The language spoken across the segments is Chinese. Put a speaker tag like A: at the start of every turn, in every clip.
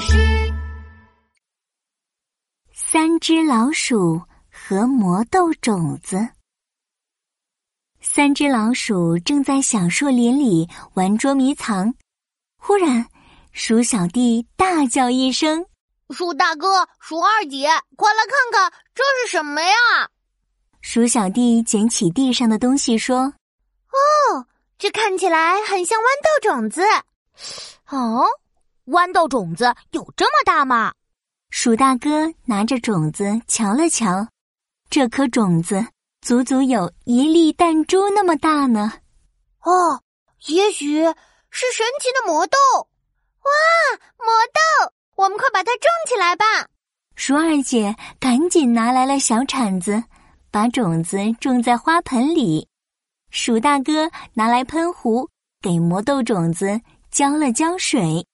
A: 师。
B: 三只老鼠和魔豆种子。三只老鼠正在小树林里玩捉迷藏，忽然，鼠小弟大叫一声
A: 鼠大哥、鼠二姐，快来看看这是什么呀？：“
B: 鼠小弟捡起地上的东西，说哦
A: 这看起来很像豌豆种子。哦，豌豆种子有这么大吗？：‘
B: 鼠大哥拿着种子瞧了瞧，这颗种子足足有一粒弹珠那么大呢。’”
A: 哦，也许是神奇的魔豆。哇，魔豆！我们快把它种起来吧。
B: 鼠二姐赶紧拿来了小铲子，把种子种在花盆里。鼠大哥拿来喷壶，给魔豆种子浇了浇水。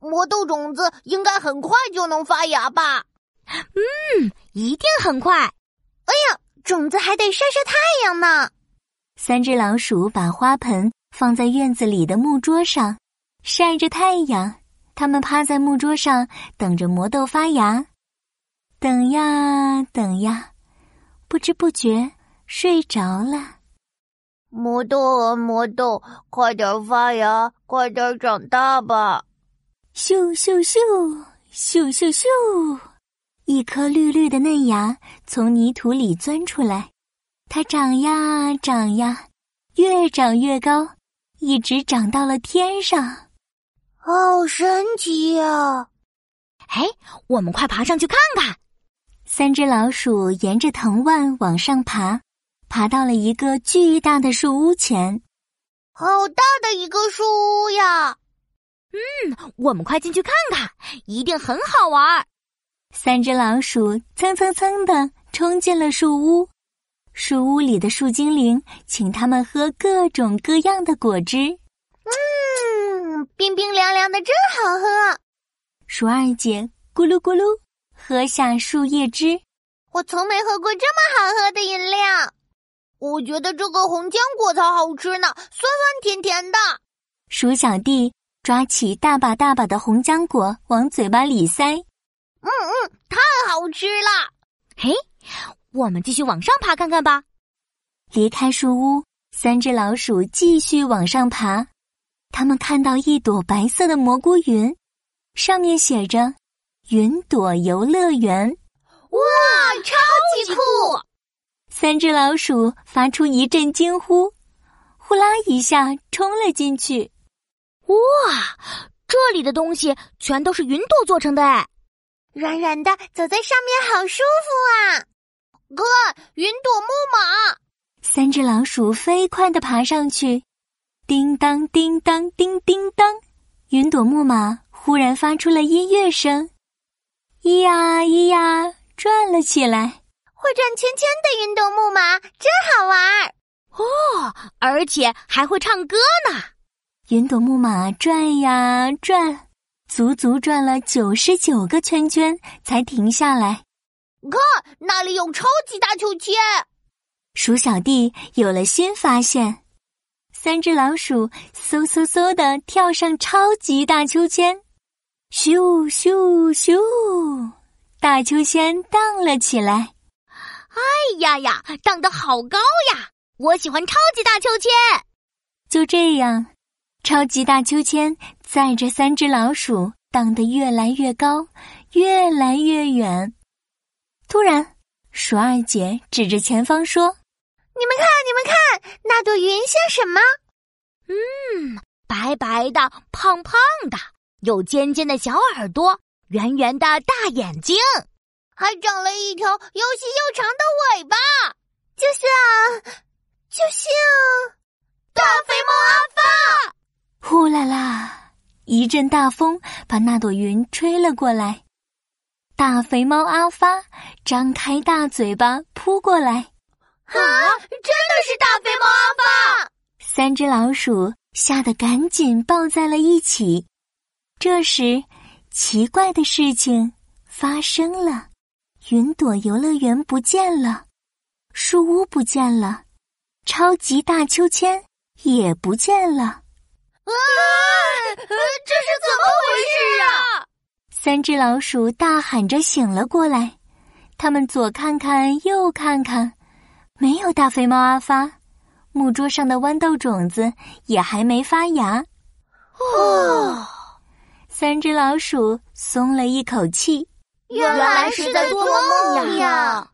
A: 魔豆种子应该很快就能发芽吧？嗯，一定很快。哎呀，种子还得晒晒太阳呢。
B: 三只老鼠把花盆放在院子里的木桌上，晒着太阳。它们趴在木桌上，等着魔豆发芽。等呀等呀，不知不觉睡着了。
A: 魔豆啊，魔豆，快点发芽，快点长大吧！
B: 咻咻咻咻咻咻，一颗绿绿的嫩芽从泥土里钻出来，它长呀长呀，越长越高，一直长到了天上。
A: 好哦神奇呀、
C: 哎，我们快爬上去看看！
B: 三只老鼠沿着藤蔓往上爬，爬到了一个巨大的树屋前。
A: 好大的一个树屋呀！
C: 我们快进去看看，一定很好玩儿。
B: 三只老鼠蹭蹭蹭的冲进了树屋，树屋里的树精灵请它们喝各种各样的果汁。
A: 嗯，冰冰凉凉的，真好喝。
B: 鼠二姐咕噜咕噜喝下树叶汁，
A: 我从没喝过这么好喝的饮料。我觉得这个红浆果才好吃呢，酸酸甜甜的。
B: 鼠小弟抓起大把大把的红浆果往嘴巴里塞。
A: 太好吃了！
C: 我们继续往上爬看看吧。
B: 离开树屋，三只老鼠继续往上爬。它们看到一朵白色的蘑菇云，上面写着“云朵游乐园
A: 啊，超级酷！”。
B: 三只老鼠发出一阵惊呼，呼啦一下冲了进去。
C: 这里的东西全都是云朵做成的哎。
A: 软软的，走在上面好舒服啊！看，云朵木马，
B: 三只老鼠飞快地爬上去，叮当叮当叮叮当，云朵木马忽然发出了音乐声，咿呀咿呀转了起来。
A: 会转圈圈的云朵木马真好玩儿。
C: 而且还会唱歌呢。
B: 云朵木马转呀转，足足转了九十九个圈圈才停下来。
A: 看，那里有超级大秋千。
B: 鼠小弟有了新发现，三只老鼠嗖嗖嗖地跳上超级大秋千，咻咻咻，大秋千荡了起来。
C: 哎呀呀，荡得好高呀！我喜欢超级大秋千。
B: 就这样，超级大秋千载着三只老鼠荡得越来越高，越来越远。突然，鼠二姐指着前方说
A: 你们看，你们看，那朵云像什么？
C: 嗯白白的，胖胖的，有尖尖的小耳朵，圆圆的大眼睛。
A: 还长了一条又细又长的尾巴，就像，就像大肥猫阿发。：“
B: 呼啦啦！”一阵大风把那朵云吹了过来。大肥猫阿发张开大嘴巴扑过来，
A: 啊，真的是大肥猫阿发！
B: 三只老鼠吓得赶紧抱在了一起。这时，奇怪的事情发生了：云朵游乐园不见了，树屋不见了，超级大秋千也不见了。
A: 啊，这是怎么回事啊？
B: 三只老鼠大喊着醒了过来，它们左看看右看看，没有大肥猫阿发，木桌上的豌豆种子也还没发芽。
A: 哦，
B: 三只老鼠松了一口气。
A: 原来是在做梦呀！